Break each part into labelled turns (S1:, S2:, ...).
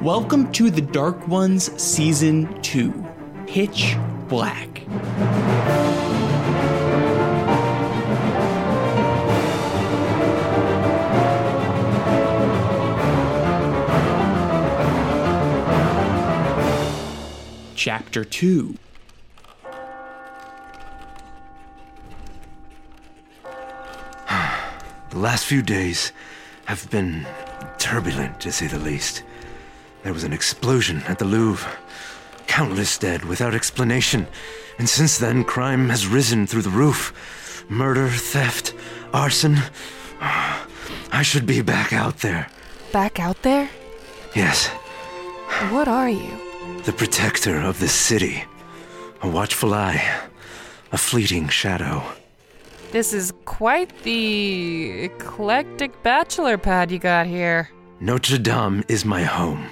S1: Welcome to The Dark Ones Season 2 Pitch Black. Chapter 2
S2: The last few days have been turbulent, to say the least. There was an explosion at the Louvre, countless dead without explanation, and since then, crime has risen through the roof murder, theft, arson. I should be back out there.
S3: Back out there?
S2: Yes,
S3: What are you?
S2: the protector of this city. A watchful eye, a fleeting shadow.
S3: This is quite the eclectic bachelor pad you got here.
S2: Notre Dame is my home.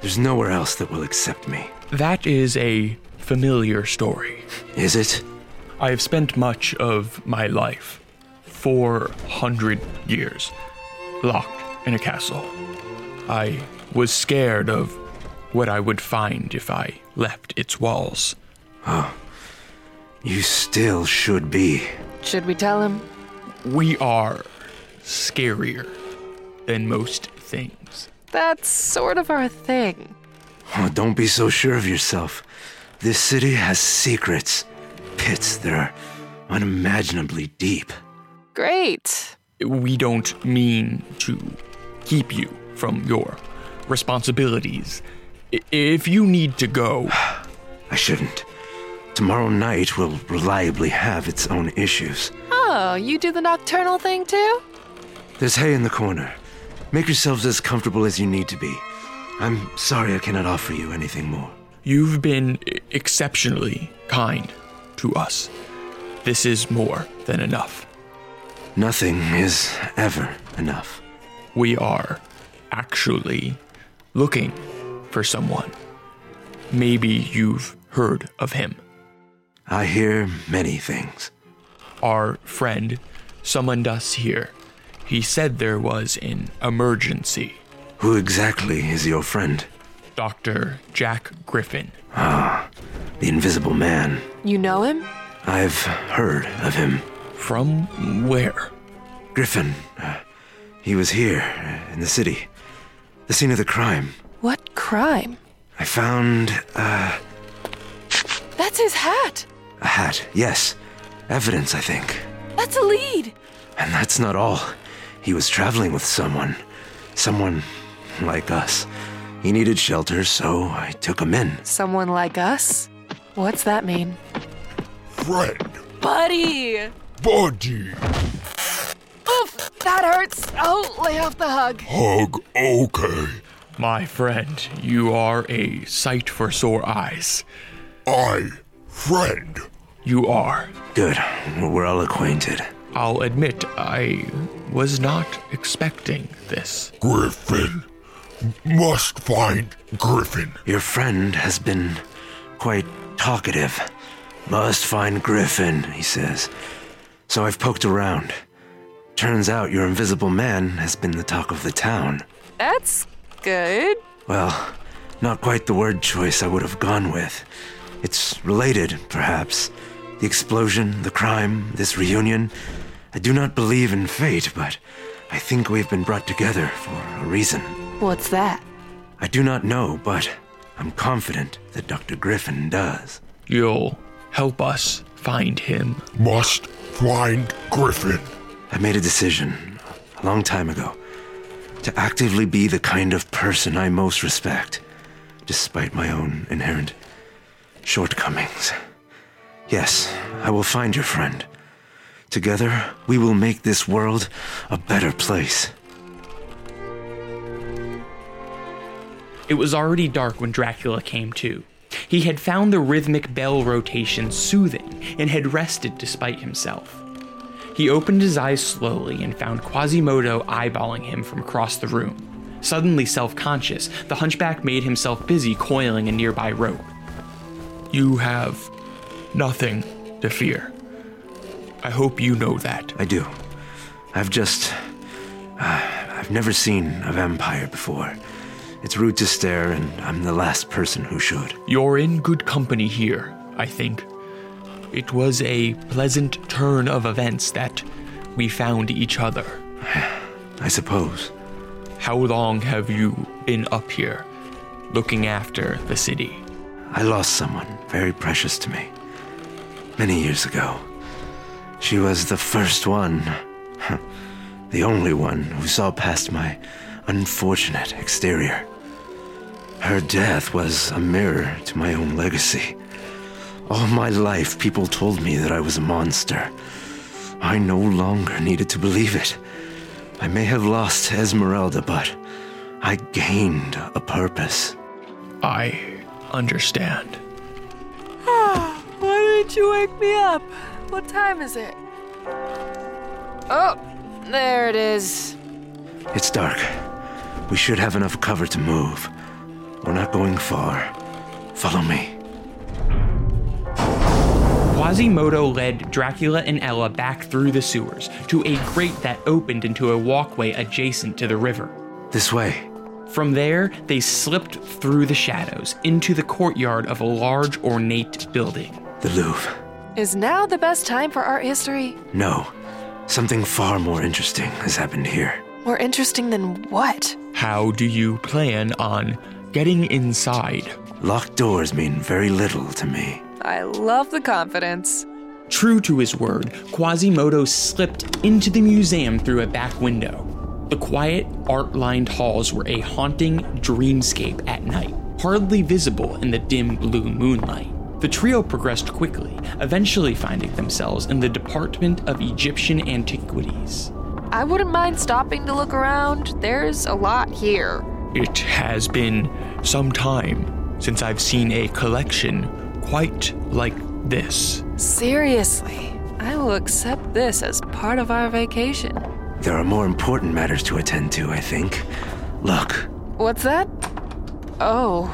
S2: There's nowhere else that will accept me.
S1: That is a familiar story.
S2: Is it?
S1: I have spent much of my life, 400 years, locked in a castle. I was scared of what I would find if I left its walls.
S2: You still should be.
S3: Should we tell him?
S1: We are scarier than most things.
S3: That's sort of our thing.
S2: Oh, don't be so sure of yourself. This city has secrets, pits that are unimaginably deep.
S3: Great.
S1: We don't mean to keep you from your responsibilities. I- If you need to go,
S2: I shouldn't. Tomorrow night will reliably have its own issues.
S3: Oh, you do the nocturnal thing too?
S2: There's hay in the corner. Make yourselves as comfortable as you need to be. I'm sorry I cannot offer you anything more.
S1: You've been e- exceptionally kind to us. This is more than enough.
S2: Nothing is ever enough.
S1: We are actually looking for someone. Maybe you've heard of him.
S2: I hear many things.
S1: Our friend summoned us here. He said there was an emergency.
S2: Who exactly is your friend?
S1: Dr. Jack Griffin.
S2: The invisible man.
S3: You know him?
S2: I've heard of him.
S1: From where?
S2: Griffin. Uh, he was here, uh, in the city. The scene of the crime.
S3: What crime?
S2: I found uh,
S3: That's his hat.
S2: a hat. Yes. Evidence, I think.
S3: That's a lead.
S2: And that's not all. He was traveling with someone. Someone like us. He needed shelter, so I took him in.
S3: Someone like us? What's that mean?
S4: friend,
S3: Buddy!
S4: body,
S3: Oof! That hurts! Oh, lay off the hug.
S4: hug, okay.
S1: My friend, you are a sight for sore eyes.
S4: I, friend,
S1: You are.
S2: Good. We're all acquainted.
S1: I'll admit, I was not expecting this.
S4: Griffin, must find Griffin.
S2: Your friend has been quite talkative. Must find Griffin, he says. So I've poked around. Turns out your invisible man has been the talk of the town.
S3: That's good.
S2: Well, not quite the word choice I would have gone with. It's related, perhaps. The explosion, the crime, this reunion. I do not believe in fate, but I think we've been brought together for a reason.
S3: What's that?
S2: I do not know, but I'm confident that Dr. Griffin does.
S1: You'll help us find him.
S4: Must find Griffin.
S2: I made a decision a long time ago to actively be the kind of person I most respect, despite my own inherent shortcomings. Yes, I will find your friend. Together, we will make this world a better place.
S5: It was already dark when Dracula came to. He had found the rhythmic bell rotation soothing and had rested despite himself. He opened his eyes slowly and found Quasimodo eyeballing him from across the room. Suddenly self conscious, the hunchback made himself busy coiling a nearby rope.
S1: You have nothing to fear. I hope you know that.
S2: I do. I've just. Uh, I've never seen a vampire before. It's rude to stare, and I'm the last person who should.
S1: You're in good company here, I think. It was a pleasant turn of events that we found each other.
S2: I suppose.
S1: How long have you been up here looking after the city?
S2: I lost someone very precious to me many years ago. She was the first one, the only one who saw past my unfortunate exterior. Her death was a mirror to my own legacy. All my life, people told me that I was a monster. I no longer needed to believe it. I may have lost Esmeralda, but I gained a purpose.
S1: I understand.
S3: Why didn't you wake me up? What time is it? Oh, there it is.
S2: It's dark. We should have enough cover to move. We're not going far. Follow me.
S5: Quasimodo led Dracula and Ella back through the sewers to a grate that opened into a walkway adjacent to the river.
S2: This way.
S5: From there, they slipped through the shadows into the courtyard of a large, ornate building.
S2: The Louvre.
S3: Is now the best time for art history?
S2: No. Something far more interesting has happened here.
S3: More interesting than what?
S1: How do you plan on getting inside?
S2: Locked doors mean very little to me.
S3: I love the confidence.
S5: True to his word, Quasimodo slipped into the museum through a back window. The quiet, art lined halls were a haunting dreamscape at night, hardly visible in the dim blue moonlight. The trio progressed quickly, eventually finding themselves in the Department of Egyptian Antiquities.
S3: I wouldn't mind stopping to look around. There's a lot here.
S1: It has been some time since I've seen a collection quite like this.
S3: Seriously, I will accept this as part of our vacation.
S2: There are more important matters to attend to, I think. Look,
S3: What's that? Oh,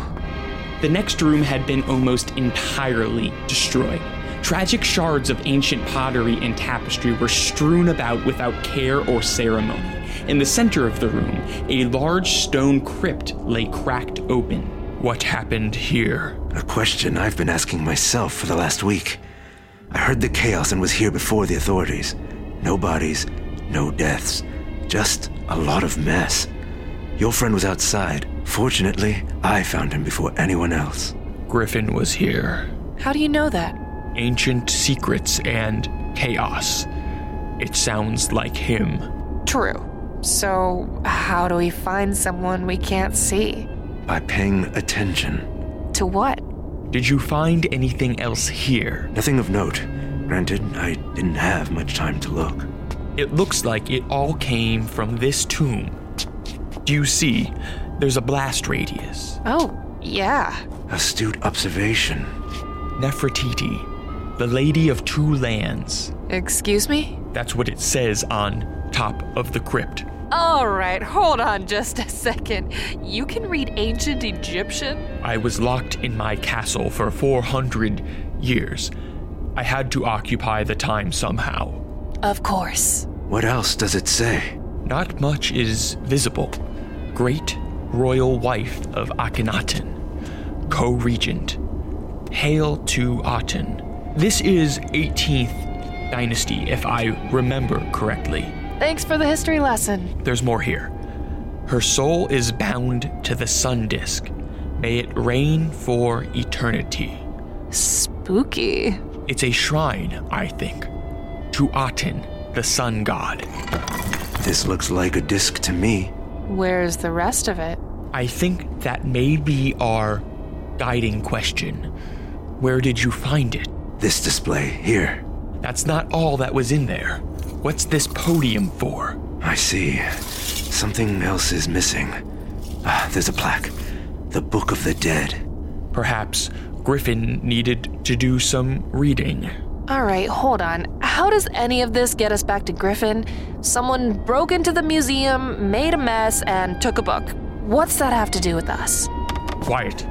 S5: The next room had been almost entirely destroyed. Tragic shards of ancient pottery and tapestry were strewn about without care or ceremony. In the center of the room, a large stone crypt lay cracked open.
S1: What happened here?
S2: a question I've been asking myself for the last week. I heard the chaos and was here before the authorities. No bodies, no deaths, just a lot of mess. Your friend was outside. Fortunately, I found him before anyone else.
S1: Griffin was here.
S3: how do you know that?
S1: Ancient secrets and chaos. It sounds like him.
S3: True. So, how do we find someone we can't see?
S2: By paying attention.
S3: To what?
S1: Did you find anything else here?
S2: Nothing of note. Granted, I didn't have much time to look.
S1: It looks like it all came from this tomb. Do you see? There's a blast radius.
S3: Oh, yeah.
S2: Astute observation.
S1: Nefertiti, the Lady of Two Lands.
S3: Excuse me?
S1: That's what it says on top of the crypt.
S3: All right, hold on just a second. You can read ancient Egyptian?
S1: I was locked in my castle for 400 years. I had to occupy the time somehow.
S3: Of course.
S2: What else does it say?
S1: Not much is visible. Great royal wife of Akhenaten, co regent. Hail to Aten. This is 18th dynasty, if I remember correctly.
S3: Thanks for the history lesson.
S1: There's more here. Her soul is bound to the sun disk. May it reign for eternity.
S3: Spooky.
S1: It's a shrine, I think, to Aten, the sun god.
S2: This looks like a disc to me.
S3: Where's the rest of it?
S1: I think that may be our guiding question. Where did you find it?
S2: This display here.
S1: That's not all that was in there. What's this podium for?
S2: I see. Something else is missing. Ah, there's a plaque. The Book of the Dead.
S1: Perhaps Griffin needed to do some reading.
S3: All right, hold on. How does any of this get us back to Griffin? Someone broke into the museum, made a mess, and took a book. What's that have to do with us?
S1: Quiet.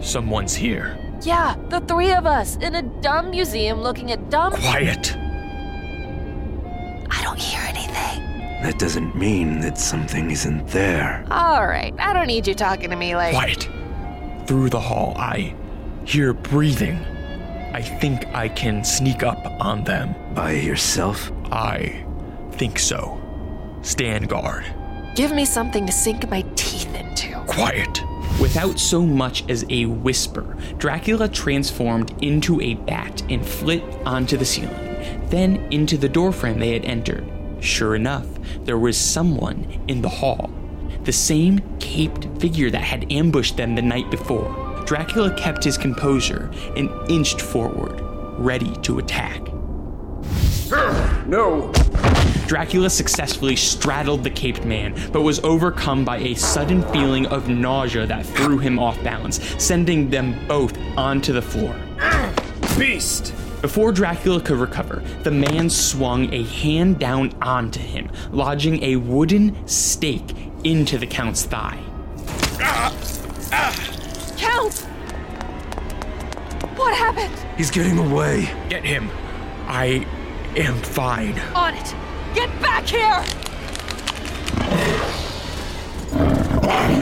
S1: Someone's here.
S3: Yeah, the three of us in a dumb museum looking at dumb.
S1: Quiet.
S3: I don't hear anything.
S2: That doesn't mean that something isn't there.
S3: All right, I don't need you talking to me like.
S6: Quiet. Through the hall, I hear breathing. I think I can sneak up on them.
S2: By yourself?
S6: I think so. Stand guard.
S3: Give me something to sink my teeth into.
S6: Quiet.
S1: Without so much as a whisper, Dracula transformed into a bat and flit onto the ceiling, then into the doorframe they had entered. Sure enough, there was someone in the hall. The same caped figure that had ambushed them the night before. Dracula kept his composure and inched forward, ready to attack.
S7: No!
S1: Dracula successfully straddled the caped man, but was overcome by a sudden feeling of nausea that threw him off balance, sending them both onto the floor.
S7: Beast!
S1: Before Dracula could recover, the man swung a hand down onto him, lodging a wooden stake into the count's thigh.
S3: Count! What happened?
S2: He's getting away.
S6: Get him. I am fine.
S3: On it! Get back here!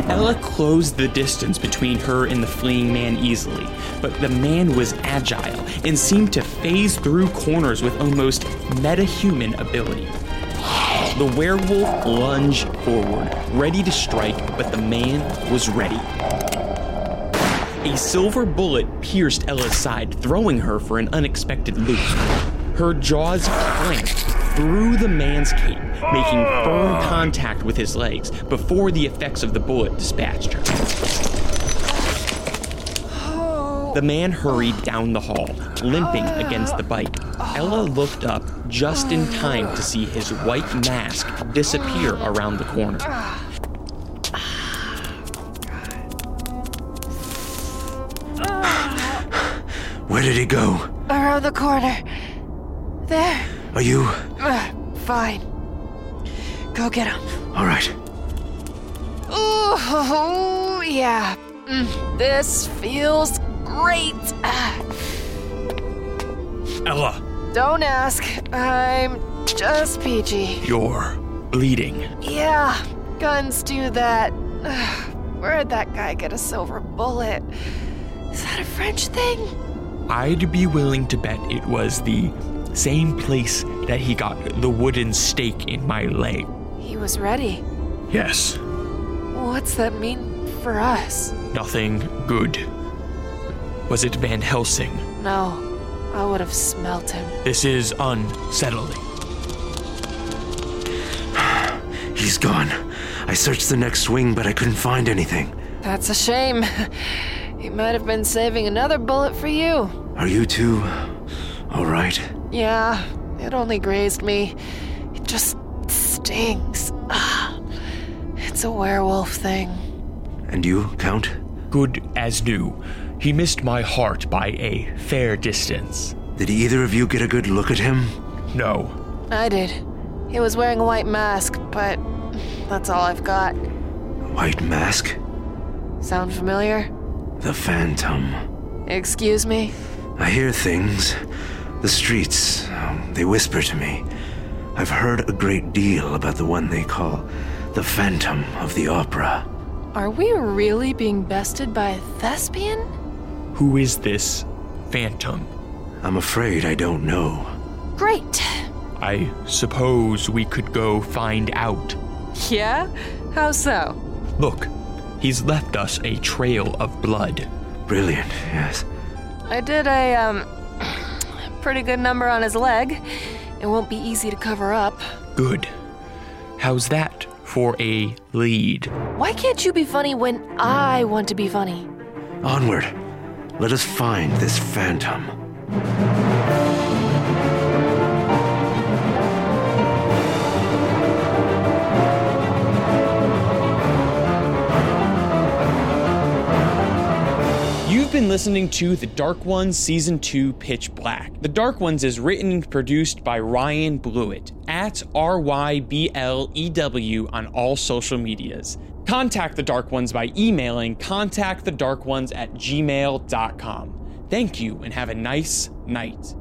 S1: Ella closed the distance between her and the fleeing man easily, but the man was agile and seemed to phase through corners with almost metahuman ability. The werewolf lunged forward, ready to strike, but the man was ready. A silver bullet pierced Ella's side, throwing her for an unexpected loop. Her jaws clanked through the man's cape, making
S6: Ah.
S1: firm contact with his legs before the effects of the bullet dispatched her. The man hurried down the hall, limping against the bike. Ella looked up just in time to see his white mask disappear around the corner.
S2: Where did he go?
S3: Around the corner. There.
S2: Are you
S3: Ugh, fine. Go get him.
S2: all right?
S3: Ooh, yeah. Mm, this feels great. Ah,
S6: Ella,
S3: Don't ask. I'm just peachy.
S6: you're bleeding.
S3: Yeah, guns do that. Ugh, Where'd that guy get a silver bullet? Is that a French thing?
S6: I'd be willing to bet it was the same place that he got the wooden stake in my leg.
S3: He was ready.
S6: Yes,
S3: What's that mean for us?
S6: nothing good. Was it Van Helsing?
S3: No, I would have smelt him.
S6: This is unsettling.
S2: He's gone. I searched the next wing, but I couldn't find anything.
S3: That's a shame. He might have been saving another bullet for you.
S2: Are you two all right?
S3: Yeah, it only grazed me. It just stings. Ah, it's a werewolf thing.
S2: And you, Count?
S6: Good as new. He missed my heart by a fair distance.
S2: Did either of you get a good look at him?
S6: No,
S3: I did. He was wearing a white mask, but that's all I've got.
S2: White mask?
S3: Sound familiar?
S2: The phantom.
S3: Excuse me?
S2: I hear things. The streets, um, they whisper to me. I've heard a great deal about the one they call the Phantom of the Opera.
S3: Are we really being bested by a thespian?
S6: who is this phantom?
S2: I'm afraid I don't know.
S3: Great.
S6: I suppose we could go find out.
S3: Yeah? How so?
S6: Look, he's left us a trail of blood.
S2: Brilliant, yes.
S3: I did a um pretty good number on his leg. It won't be easy to cover up.
S6: Good. How's that for a lead?
S3: Why can't you be funny when I want to be funny?
S2: Onward. Let us find this phantom.
S1: You've been listening to The Dark Ones Season 2 Pitch Black. The Dark Ones is written and produced by Ryan Blewett at R Y B L E W on all social medias. Contact The Dark Ones by emailing contactthedarkones at gmail.com. Thank you and have a nice night.